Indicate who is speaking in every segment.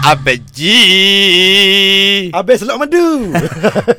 Speaker 1: Abang G
Speaker 2: Habis selok madu.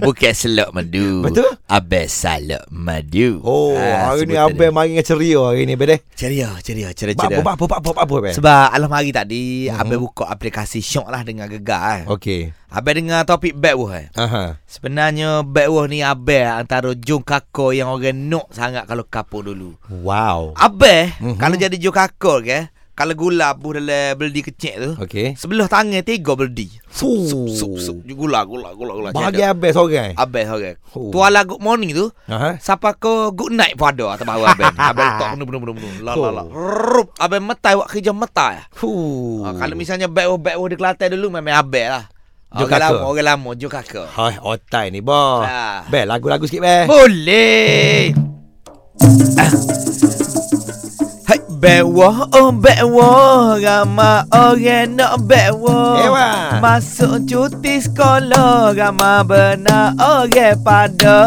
Speaker 1: Bukan selok madu
Speaker 2: Betul?
Speaker 1: Abang salok madu
Speaker 2: Oh,
Speaker 1: Ah,
Speaker 2: hari ni
Speaker 1: sebutan
Speaker 2: Abang
Speaker 1: dia.
Speaker 2: main dengan ceria hari ni, eh? Abang.
Speaker 1: Ceria ceria ceria
Speaker 2: Apa
Speaker 1: ceria
Speaker 2: apa Mhm. apa apa apa Abang.
Speaker 1: Sebab alam hari tadi mm-hmm. Abang buka aplikasi syok lah dengan gegar eh.
Speaker 2: Okey.
Speaker 1: Abang dengar topik backward eh.
Speaker 2: Aha.
Speaker 1: Sebenarnya backward ni Abang antara jong kakor yang orang nok sangat kalau kapur dulu
Speaker 2: Wow.
Speaker 1: Abang
Speaker 2: Mhm.
Speaker 1: mm-hmm. kalau jadi jong kakor ke Kalau gula buh dalam beldi kecil tu
Speaker 2: Okey.
Speaker 1: Sebelah tangan tiga beldi
Speaker 2: Sup
Speaker 1: Sup sup gula gula gula gula
Speaker 2: Bagi Abang seorang.
Speaker 1: Abang seorang
Speaker 2: Oh.
Speaker 1: oh. Tuala good morning tu
Speaker 2: Aha.
Speaker 1: Siapa ke good night pun ada atas bawah abang. abang letak penuh penuh penuh penuh. La la la.
Speaker 2: Oh.
Speaker 1: Rup. Abang metai awak kerja metai.
Speaker 2: Fuh.
Speaker 1: Ha, kalau misalnya back back di Kelantan dulu memang abang lah.
Speaker 2: Jo
Speaker 1: Orang
Speaker 2: Kakak.
Speaker 1: lama, orang lama jo kakak.
Speaker 2: Hai, otai ni, Bah.
Speaker 1: Ah.
Speaker 2: Bel, lagu-lagu sikit, Bel.
Speaker 1: Boleh. Ah. Hai bewa, oh bewa Ramai orang nak bewa
Speaker 2: Ewa.
Speaker 1: oh, Masuk cuti sekolah Ramai benar orang pada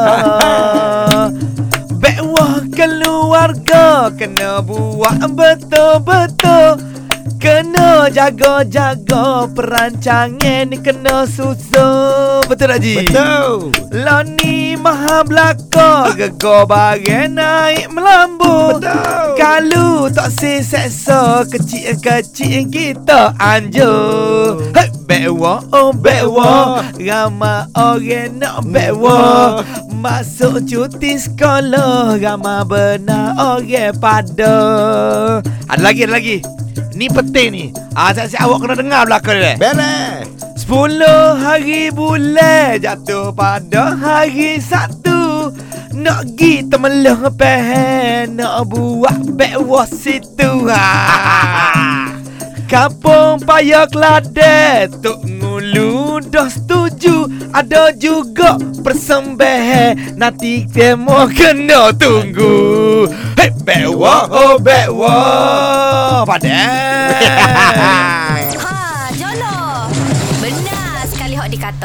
Speaker 1: Bewa keluarga Kena buat betul-betul Kena jaga-jaga Perancangan ni kena susun Betul tak Ji?
Speaker 2: Betul.
Speaker 1: Loni maha belaka Gego barang naik melambung
Speaker 2: Betul.
Speaker 1: Kalu tak si seksa Kecil-kecil kita anjur Hei, bewa, oh bewa Ramai orang nak bewa Masuk cuti sekolah Ramai benar orang pada Ada lagi, ada lagi Ni penting ni Ah, asyik awak kena dengar belakang ni.
Speaker 2: Bel, eh.
Speaker 1: Sepuluh hari bulan jatuh pada hari Sabtu Nak pergi temelah pehen Nak buat backwash situ ha. Kampung Paya Kelade Tok Ngulu dah setuju Ada juga persembahan Nanti demo kena tunggu Hei, backwash, oh backwash Padan
Speaker 3: Ha, jolo. Benar sekali hok dikata.